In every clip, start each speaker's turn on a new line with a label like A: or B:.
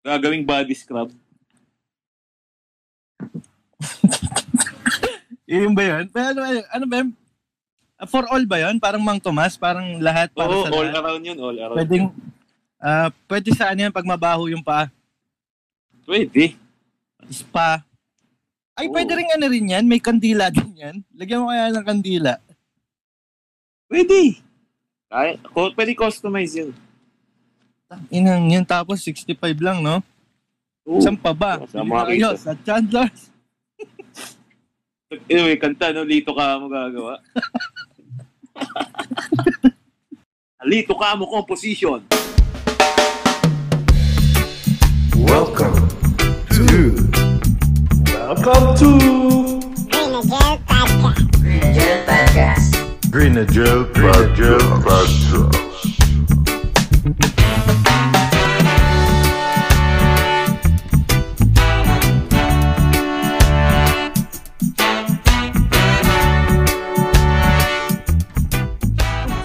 A: Gagawing body scrub.
B: Yun ba yun? Well, ano, ano ba yun? Ah, For all ba yun? Parang Mang Tomas? Parang lahat? Para
A: Oo,
B: sa
A: all
B: lahat?
A: around yun, all around.
B: Pwedeng, ah, pwede sa ano yun pag mabaho yung paa?
A: Pwede.
B: Spa. Ay,
A: Oo.
B: pwede rin ano rin yan. May kandila din yan. Lagyan mo kaya ng kandila.
A: Pwede. Ay, ko- pwede customize yun.
B: Inang yun. Tapos 65 lang, no?
A: Oo.
B: Saan pa ba?
A: Sa mga
B: Ayos, Sa Chandler's.
A: Anyway, kanta, no? Lito ka mo gagawa. Lito ka mo composition.
C: Welcome to. Welcome to.
D: Angel Podcast.
C: Grenadier Podcast.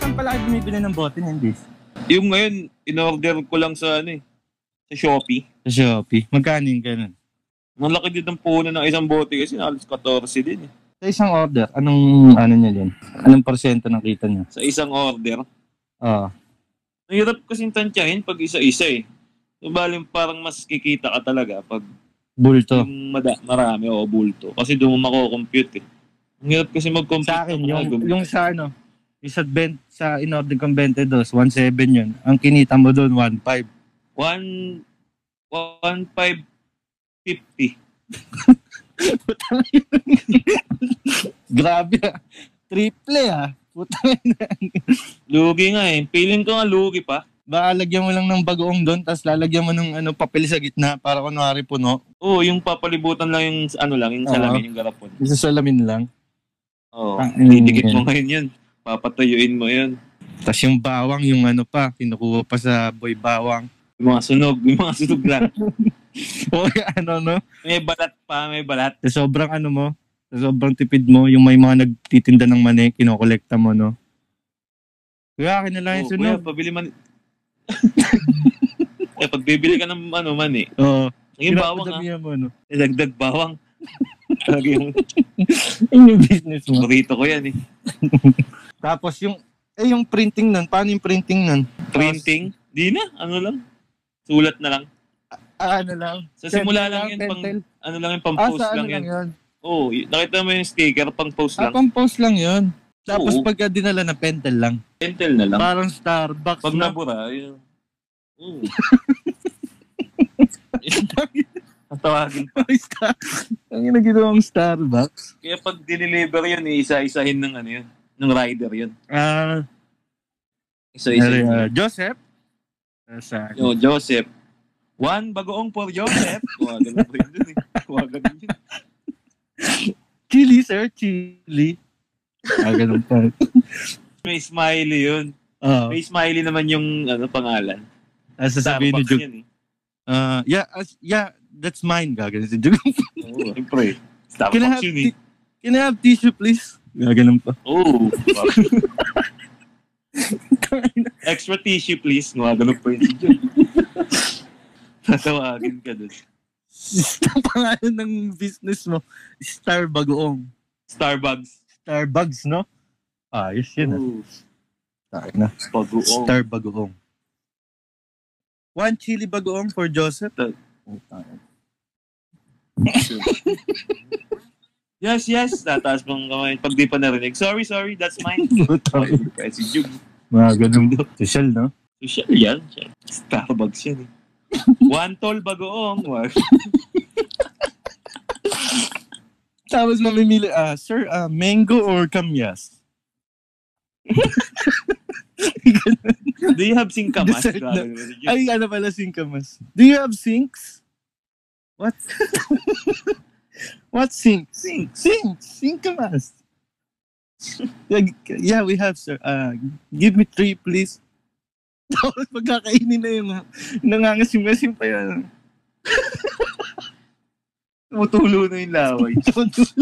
B: Saan pala kayo bumibili ng bote ng this?
A: Yung ngayon, in-order ko lang sa ano eh, sa Shopee.
B: Sa Shopee. Magkano yung ganun?
A: Ang laki din ng puno ng isang bote kasi halos 14 din eh.
B: Sa isang order, anong ano niya din? Anong porsyento ng kita niya? Ah,
A: Sa isang order.
B: Oo.
A: Ang hirap kasing tantyahin pag isa-isa eh. So, baling parang mas kikita ka talaga pag
B: bulto.
A: yung mada- marami o bulto. Kasi doon mo makocompute eh. Ang hirap kasi mag-compute.
B: Sa akin,
A: ng mga
B: yung,
A: gum-
B: yung sa ano, yung sa, ben, sa in-order kong 22, 1.7 yun. Ang kinita mo doon, 1.5.
A: One, one five fifty.
B: Grabe ah. Triple ah. Puta na.
A: Lugi nga eh. Feeling ko nga lugi pa.
B: Baka lagyan mo lang ng bagoong doon, tapos lalagyan mo ng ano, papel sa gitna para kunwari puno.
A: Oo, yung papalibutan lang yung ano lang, yung salamin, yung garapon.
B: Isa salamin lang.
A: Oo,
B: Ah,
A: didikit
B: yun.
A: mo ngayon yun. Papatuyuin mo yun.
B: Tapos yung bawang, yung ano pa, kinukuha pa sa boy bawang.
A: Yung mga sunog, yung mga sunog lang.
B: o yung ano no?
A: may balat pa, may balat.
B: Sa sobrang ano mo, sa sobrang tipid mo, yung may mga nagtitinda ng mani, kinokolekta mo no? Kaya akin na lang
A: Oo,
B: yung sunog.
A: kuya, pabili man. eh, pag bibili ka ng ano man eh.
B: Oo.
A: Yung bawang ah.
B: Pinapadamihan Mo, no?
A: Eh, Dagdag bawang. Talaga yung
B: Yun yung business mo.
A: burrito ko yan eh.
B: Tapos yung, eh yung printing nun, paano yung printing nun?
A: Printing. Di na, ano lang. Sulat na lang.
B: Ah, ano lang?
A: Sa simula
B: Pentel
A: lang yun, pang,
B: pentel.
A: ano lang yun, pang
B: Ah,
A: post lang
B: sa
A: yun.
B: ano lang yun?
A: Oo, y- nakita mo yung sticker, pang post
B: Ah,
A: lang.
B: pang post lang yun. Tapos
A: Oo.
B: pagka dinala na pentel lang.
A: Pentel na lang.
B: Parang Starbucks.
A: Pag
B: na.
A: nabura, yun. Mm. Tatawagin.
B: Ay, Star- Ang ina ginawang Starbucks.
A: Kaya pag dineliver yun, isa-isahin ng ano yun, ng rider yun.
B: Ah,
A: Isa-isahin.
B: ah, Joseph? Ah, Sa
A: Yo, Joseph. One bagoong for Joseph. Kuha ganun po yun dun eh. Kuha ganun yun.
B: Chili, sir. Chili. Ah, ganun pa.
A: May smiley yun.
B: Oo.
A: May smiley naman yung ano pangalan.
B: Ah, sasabihin ni
A: Starbucks
B: Jug.
A: yun eh.
B: ah, yeah, as- yeah, that's mine. Gaganon si Jug.
A: Oo, siyempre.
B: Can I
A: Starbucks
B: have,
A: yun eh.
B: ti- can I have tissue, please? Gaganon pa.
A: Oo. diba? Extra tissue please. Kuha ganun po yun si Jun. Tatawagin ka dun.
B: Ang pangalan ng business mo, Star Bagoong.
A: Starbucks.
B: Starbucks, no? Ayos yun.
A: Oo.
B: ah. Ayos na.
A: Bagoong.
B: Star Bagoong. One chili bagoong for Joseph.
A: Ta-
B: Putang-
A: Yes, yes. Tataas mong kamay. Pag di pa narinig. Sorry, sorry. That's mine.
B: Putang-
A: Kaya si Jug.
B: Mga ganun. Social, no?
A: Social yan. Starbucks yan eh. One tall bagoong. Wow.
B: Tapos mamimili, ah, sir, ah, mango or kamyas?
A: Do you have singkamas?
B: Dessert na.
A: Grabe naman si Jug.
B: Ay, ano pala singkamas? Do you have sinks? What? What sinks? Sinks. Sinks. Singkamas. yeah, g- yeah, we have, sir. Uh, give me three, please. Tapos pagkakainin na yung nangangasim-ngasim pa yan.
A: Tumutulo na yung laway.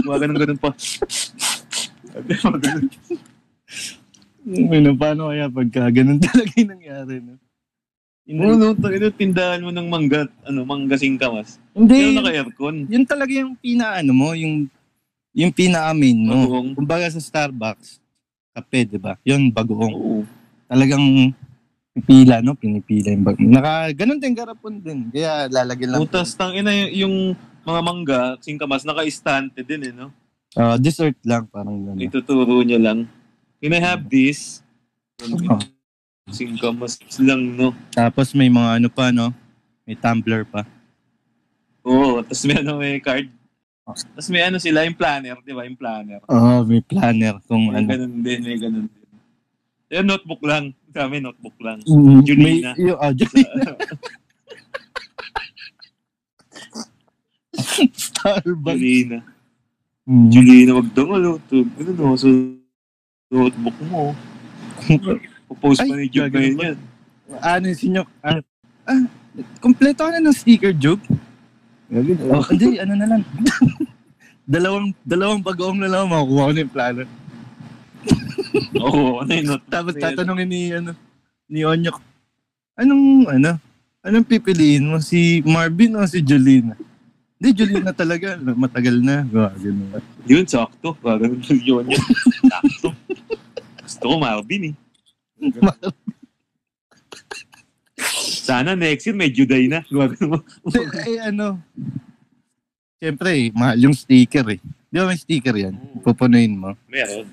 A: Mga ganun-ganun pa. Mga ganun.
B: Ano, paano kaya pagka ganun talaga yung nangyari? No?
A: Oo, no, tayo, tindahan mo ng mangga, ano, manggasing kamas.
B: Hindi,
A: Meron naka-aircon.
B: yun talaga yung pinaano mo, yung yung pinaamin mo.
A: Bagoong.
B: Kumbaga sa Starbucks, kape, di ba? Yun, bagoong.
A: Oo.
B: Talagang pipila, no? Pinipila yung bagoong. Naka, ganun din, garapon din. Kaya lalagyan lang.
A: Utas, tang ina yung, yung mga mangga, singkamas, naka-istante din eh, no?
B: Ah, dessert lang, parang gano'n.
A: Ituturo niya lang. Can I have this? Ano,
B: Oo.
A: Singkamas lang, no?
B: Tapos may mga ano pa, no? May tumbler pa.
A: Oo, tapos may ano, may card. Tapos may ano sila, yung planner, di ba? Yung planner.
B: Oo, may planner kung
A: Ah, May
B: ano.
A: ganun din, may ganun din. Yung notebook lang. Kami notebook lang.
B: Mm,
A: Julina.
B: May, yung, ah, Julina. Starbucks.
A: Julina.
B: Mm.
A: Julina, wag daw, ano, to, ano, no, so, notebook mo. Popost pa ni
B: Ay,
A: Jude
B: gagawin
A: ngayon
B: mo.
A: yan.
B: ano yung sinyo? Ah, ah, kompleto ka na ng sticker, Jug. Oh, hindi, ano na lang. dalawang dalawang bagoong na lang makukuha ko na yung plano.
A: Oo, ano yung notebook?
B: Tapos
A: na yan?
B: tatanungin ni, ano, ni Onyok, anong, ano, anong pipiliin mo? Si Marvin o si Jolina? Hindi, Jolina talaga. Matagal na. Grabe na.
A: Yun, sakto. Parang yun yun. Sakto. Gusto ko Marvin eh. Sana next year may Juday na. Wag mo.
B: Hindi, eh, ano, Siyempre, eh, mahal yung sticker eh. Di ba may sticker yan? Pupunuin mo.
A: Meron.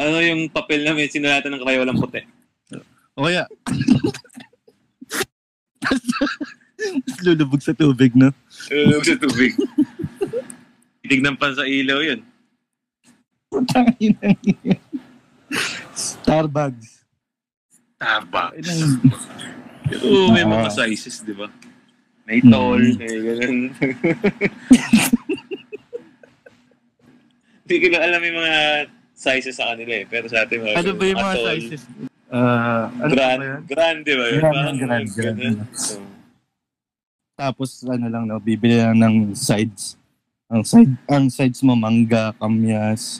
A: Ano yung papel na may sinulatan ng kayo walang puti?
B: O kaya, tas tas lulubog sa tubig, no?
A: Tulog sa tubig. Titignan pa sa ilaw yun.
B: Starbucks.
A: Taba.
B: Ay, nang-
A: Oo, may mga
B: Ah.
A: sizes, di ba? May tall,
B: Mm.
A: may ganun. Hindi ko na alam yung mga sizes sa kanila eh. Pero sa atin, mga
B: Ano ba yung mga
A: tall,
B: sizes? Ah, ano ba yan?
A: Grand, grand, di ba? yun?
B: Grand,
A: Parang
B: grand,
A: ganun.
B: grand, ano.
A: So,
B: Tapos ano lang, no? bibili lang ng sides. Ang side ang sides mo mangga, kamyas.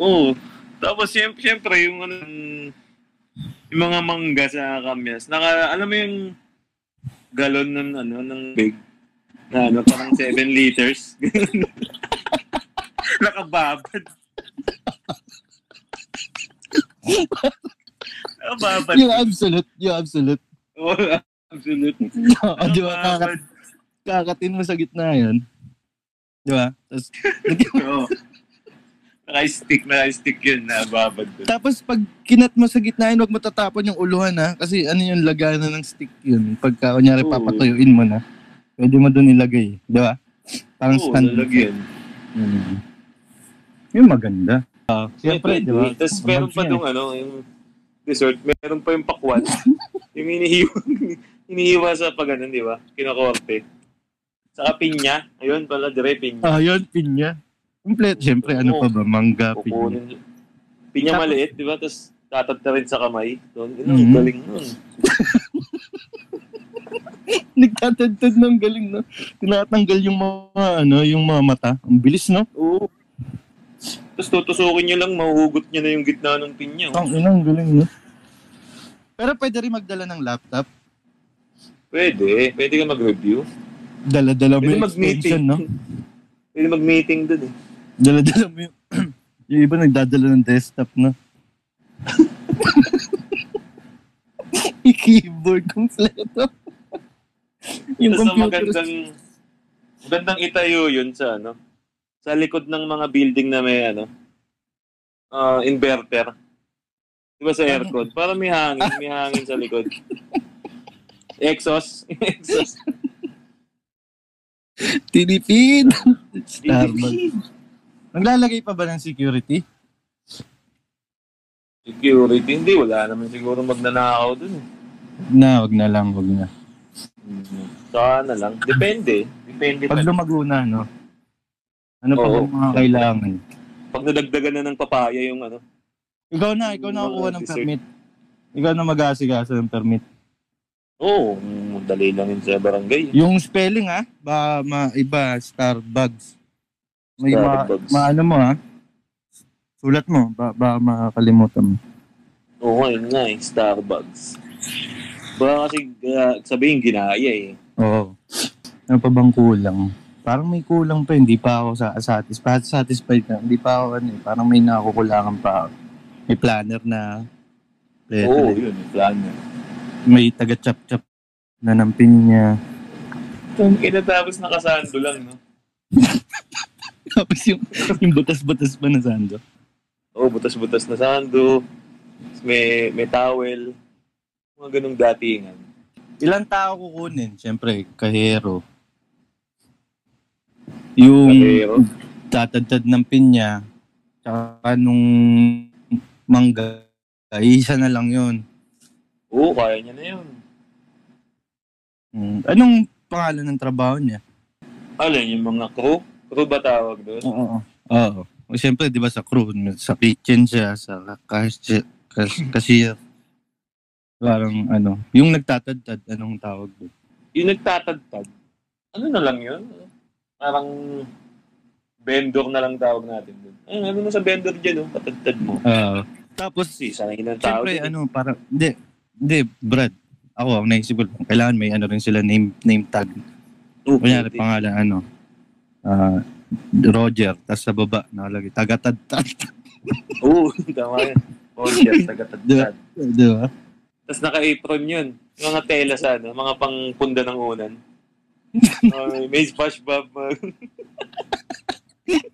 A: Oo. Tapos siyem- siyempre, yung ano, yung- yung mga mangga sa kamyas. Naka, alam mo yung galon ng ano, ng big. Na ano, parang 7 liters. Nakababad. Nakababad.
B: Yung absolute, yung absolute.
A: Oo, absolute.
B: O, Ah,
A: Ano
B: di ba? Kaka-
A: Nakababad.
B: kakatin mo sa gitna yan. Di ba? Tapos,
A: Oo. Naka-stick, naka-stick yun. Nakababad. dun.
B: tapos pag kinat mo sa gitna yan, huwag mo tatapon yung uluhan ha. Kasi ano yung lagana ng stick yun. Pagka kunyari
A: Oo.
B: papatuyuin mo na, pwede mo doon ilagay. Di ba? Parang
A: Oo,
B: stand.
A: lalagyan.
B: Mm. Yung maganda. Uh, Siyempre,
A: Yeah,
B: di ba?
A: pwede. Tapos eh. meron pa
B: eh.
A: dong ano, yung dessert, meron pa yung pakwan. yung inihiwa, inihiwa sa pag ano, di ba? Kinakorte. Saka pinya. Ayun pala, dire, pinya.
B: Ah, yun, pinya. Complete. Siyempre, ano
A: Oo.
B: pa ba? Mangga, pinya.
A: Kukunin. Pinya
B: Tapos-
A: maliit, di ba? Tapos tatad na rin sa kamay. Doon, yun,
B: Mhm.
A: galing nun.
B: Nagtatadtad ng galing, no? Tinatanggal yung mga, ano, yung mga mata. Ang bilis, no?
A: Oo. Tapos tutusukin niya lang, mahugot niya na yung gitna ng pinya.
B: Ang inang galing, no? Pero pwede rin magdala ng laptop.
A: Pwede, pwede ka mag-review.
B: Dala-dala mo
A: Pwede
B: yung
A: mag-meeting.
B: extension, no?
A: Pwede mag-meeting dun eh.
B: Dala-dala mo yung... yung iba nagdadala ng desktop, no? yung keyboard kompleto. yung
A: Tapos ang
B: computer.
A: magandang, magandang itayo yun sa ano, sa likod ng mga building na may ano, ah, inverter. Di ba sa aircon? Para may hangin, may hangin sa likod. Exhaust. Exhaust.
B: Tinipid! Starbucks.
A: Tinipid.
B: Naglalagay pa ba ng security?
A: Security, hindi. Wala naman siguro magnanakaw dun. eh.
B: Na, wag na lang, wag na.
A: Saka na lang. Depende. Depende pa.
B: Pag lumago na, no? Ano pa
A: Oo.
B: ba mga kailangan?
A: Pag nadagdagan na ng papaya yung ano.
B: Ikaw na, ikaw na kukuha ng
A: Dessert.
B: permit. Ikaw na mag-aasikaso ng permit.
A: Oo, oh, dali lang yun sa barangay.
B: Yung spelling, ha? Ba, maiba, Starbucks. May ma,
A: Starbucks.
B: ma, ano mo, ha? Sulat mo, ba, ba makakalimutan mo.
A: Oo, oh, yun nga eh. Starbucks. Baka kasi uh, sabihin ginaya eh.
B: Oo. Ano pa bang kulang? Parang may kulang pa, hindi pa ako sa satisfied. Satisfied na, hindi pa ako ano eh. Parang may nakukulangan pa ako. May planner na.
A: Oo,
B: Letter,
A: yun. Plan yun.
B: May taga-chap-chap na ng pinya.
A: Kinatapos nakasando lang, no?
B: Tapos yung, yung butas-butas pa na sando.
A: Oo, butas-butas na sando. Tapos May, may towel. Mga ganong datingan.
B: Ilang tao kukunin? Siyempre, kahero. Yung
A: Kahero.
B: tatadtad ng pinya, tsaka nung mangga, ay, isa na lang yun.
A: Oo, kaya niya na yun.
B: Mm. Anong pangalan ng trabaho niya?
A: Alin, yung mga crew? Crew ba tawag doon?
B: Oo. Oo. O, siyempre, di ba sa crew, sa kitchen siya, sa cashier, kas- cashier. Parang ano, yung nagtatadtad, anong tawag doon?
A: Yung nagtatagtag, ano na lang yun? Parang vendor na lang tawag natin doon. Ay, ano mo sa vendor dyan, oh? Patagtag mo.
B: Oo. Tapos,
A: Kasi sanay ng tao.
B: Siyempre,
A: dun, eh.
B: ano, parang, hindi, hindi, Brad, ako, ang naisip ko lang, kailangan may ano rin sila name, name tag.
A: Oo,
B: Kunyari,
A: pwede.
B: pangalan, ano, ah, Roger, tapos sa baba, nakalagay, tagatad-tad,
A: Oo, tama yun. Roger, taga-tagtag.
B: di ba?
A: Tapos naka-apron yun. Yung Mga tela sa ano, mga pangpunda ng unan. Ay, may splash bob. Mga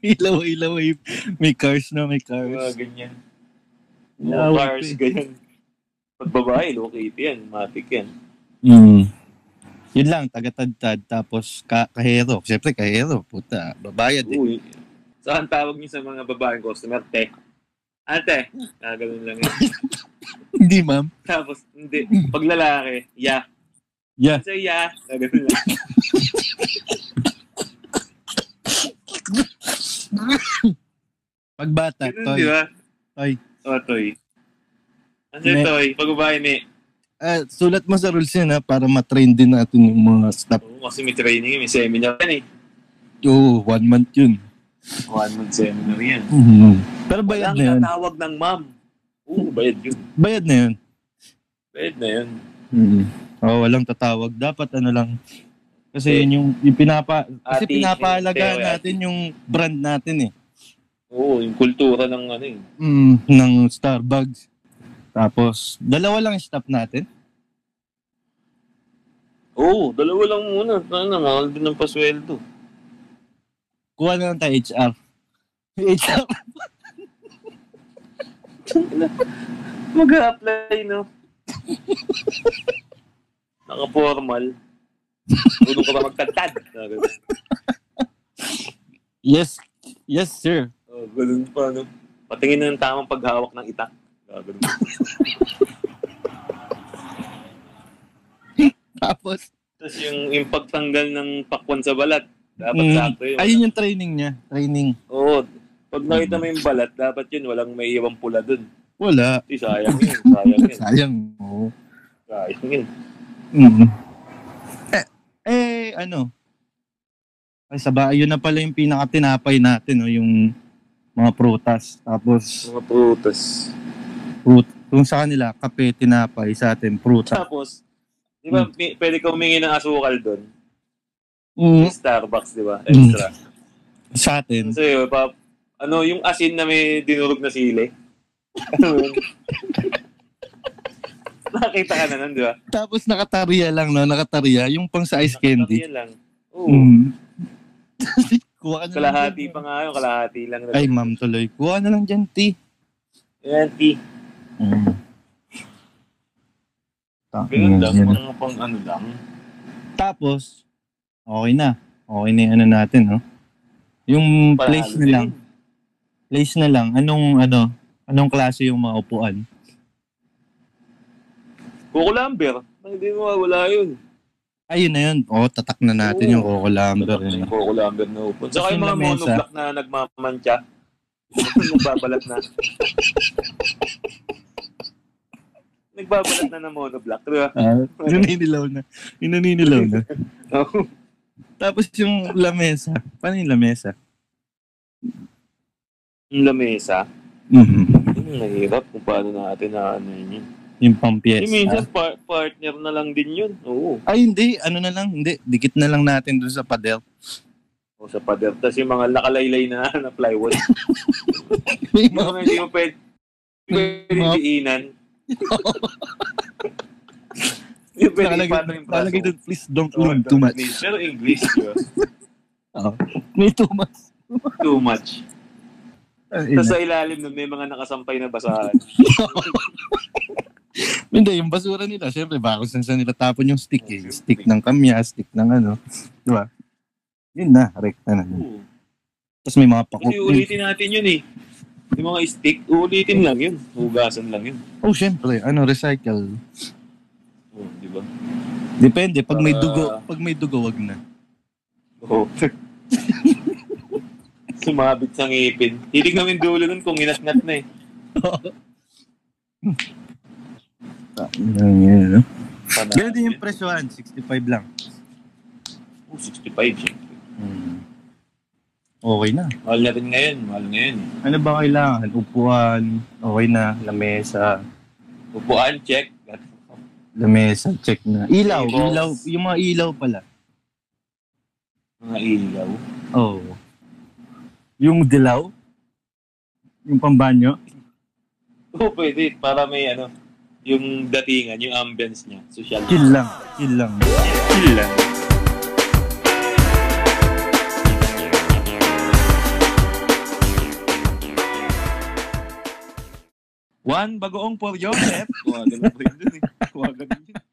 B: ilaw, ilaw, ilaw. may cars na, may
A: mga
B: cars.
A: ganyan. Mga
B: Ilaw,
A: cars, ganyan. Pag babae, locate yan. Matik yan.
B: Mm. Yun lang, tagatad-tad, tapos ka kahero. Siyempre, kahero, puta, babayad eh.
A: Uy. So, ang tawag niyo sa mga babaeng customer, te. Ate. Ah, ganun lang yun.
B: Hindi, ma'am.
A: Tapos, hindi. Pag lalaki, ya.
B: Yeah.
A: So, ya. Ah, ganun lang.
B: Pagbata,
A: Ganun,
B: toy.
A: di ba?
B: toy.
A: O, toy. Ano yung
B: Ne-
A: toy? Pag babae, may.
B: Ah, sulat mo sa rules yan, ha, para matrain din natin yung mga staff.
A: Oo, kasi may training, may seminar yan eh.
B: Oo, one month yun.
A: One month seminar yan.
B: Pero bayad
A: Walang
B: na yun.
A: tatawag ng ma'am. Oo, bayad yun.
B: Bayad na yun.
A: Bayad na yun.
B: Oo, Oh, walang tatawag. Dapat ano lang. Kasi yun yung, yung pinapa, kasi
A: Ate,
B: pinapahalagaan
A: ate, ate.
B: natin yung brand natin eh.
A: Oo, yung kultura ng ano eh.
B: Mm, ng Starbucks. Tapos, dalawa lang yung staff natin.
A: Oo, dalawa lang muna. Ano na, mahal din ng pasweldo.
B: Kuha na lang tayo HR. HR.
A: Mag-a-apply, no? Naka-formal. Tulong ka ba magtantad? Ah, ganun.
B: Yes. Yes, sir.
A: Oh, ganun pa, no? Patingin na ng tamang paghawak ng itak. Ah, ganun.
B: Tapos,
A: Tapos yung, yung pagtanggal ng pakwan sa balat. Dapat
B: mm,
A: sakto yun.
B: ayun yung training niya. Training.
A: Oo. Pag nakita mo yung balat, dapat yun. Walang may iwang pula dun.
B: Wala.
A: Eh, sayang yun. Sayang yun.
B: Sayang. Oo.
A: Sayang yun.
B: Mm. Eh, eh, ano? Ay, saba, yun na pala yung pinakatinapay natin, no? yung mga prutas. Tapos,
A: Mga prutas.
B: fruit, yung sa kanila, kape, tinapay, sa atin, prutas.
A: Tapos, di ba, may- pwede ka humingi ng asukal dun. Mm-hmm.
B: Mm,
A: Starbucks, di ba? Extra.
B: sa
A: Yun
B: atin.
A: sa'yo, pa, ano, yung asin na may dinurog na sili. Ano yun? Nakakita ka na nun, di ba?
B: Tapos nakatariya lang, no? Nakatariya, yung pang sa ice
A: Nakita
B: candy.
A: ko yun lang. Oo.
B: Mm. Kuha ka na lang
A: Kalahati
B: dyan.
A: pa nga yun, kalahati lang.
B: Ay, ma'am, tuloy. Kuha na lang dyan, tea.
A: Ayan, tea.
B: Mm. Ta-
A: Ganun lang,
B: yun.
A: mga pang ano lang.
B: Tapos, okay na. Okay na yung ano natin, no? Yung
A: Para
B: place
A: ano
B: na
A: din.
B: lang. Place na lang. Anong, ano, anong klase yung mga upuan?
A: Kukulamber. Ay, Hindi mo wala yun.
B: Ayun na yun. O, tatak na natin
A: Oo.
B: yung eh. Coco Lumber. Yun.
A: Yung Kukulamber na upon. Saka yung mga
B: Yung lamesa.
A: monoblock na nagmamantya. Nagbabalat na. Nagbabalat na ng monoblock, di ba?
B: Ah, yun naninilaw na. Yun naninilaw na.
A: Oo.
B: Tapos yung lamesa. Paano yung lamesa?
A: Yung lamesa.
B: Mhm. Mm-hmm.
A: Yun ang nahirap kung paano natin na ano yun.
B: Yung pang piyesta.
A: Yung minsan, par- partner na lang din yun. Oo.
B: Ay, hindi. Ano na lang. Hindi. Dikit na lang natin dun sa padel.
A: O sa pader. Tapos yung mga nakalaylay na, na plywood.
B: May
A: Yung
B: mga-
A: mga hindi mo pwede, pwede
B: Mga-
A: diinan. Yung pwede
B: Nakalagay
A: ipatong yung
B: nakalagay
A: braso.
B: dun, please don't
A: Oo,
B: learn too much.
A: Japanese. Pero English, di ba?
B: Oo. May too much.
A: Too much.
B: Ay,
A: Tapos
B: ina.
A: sa ilalim nun, may mga nakasampay na basahan.
B: Hindi, yung basura nila, syempre, bakos na saan nila tapon yung stick eh. Stick ng kamya, stick ng ano. Di ba? Yun na, rekta na.
A: Oo.
B: Tapos may mga pako.
A: Kasi ulitin natin yun eh. Yung mga stick, ulitin lang yun. Hugasan lang yun.
B: Oh, syempre, ano, recycle.
A: Oo, Oh, di ba?
B: Depende, pag may
A: Ah.
B: dugo, pag may dugo, wag na.
A: Oo. Sumabit sa ngipin. Hilig namin dulo nun kung inasnat na eh.
B: Ganyan, no?
A: Sana,
B: Ganyan din yung presyohan, 65 lang.
A: Oh, 65 syempre.
B: Okay na.
A: Mahal na eh. rin ngayon. Mahal ngayon.
B: Ano ba kailangan? Upuan, okay na, lamesa,
A: Upuan, check.
B: lamesa, check na. Ilaw,
A: Tables.
B: ilaw, yung mga ilaw pala.
A: Mga ilaw.
B: Oo. Oh. Yung dilaw, yung pambanyo.
A: Oo, Oh, pwede. Para may ano, yung datingan, yung ambience niya. Social.
B: Chill lang, chill lang.
A: Chill lang. Juan, bagoong for Joseph. Kuwagan na po yun dun eh. Kuwagan din yun.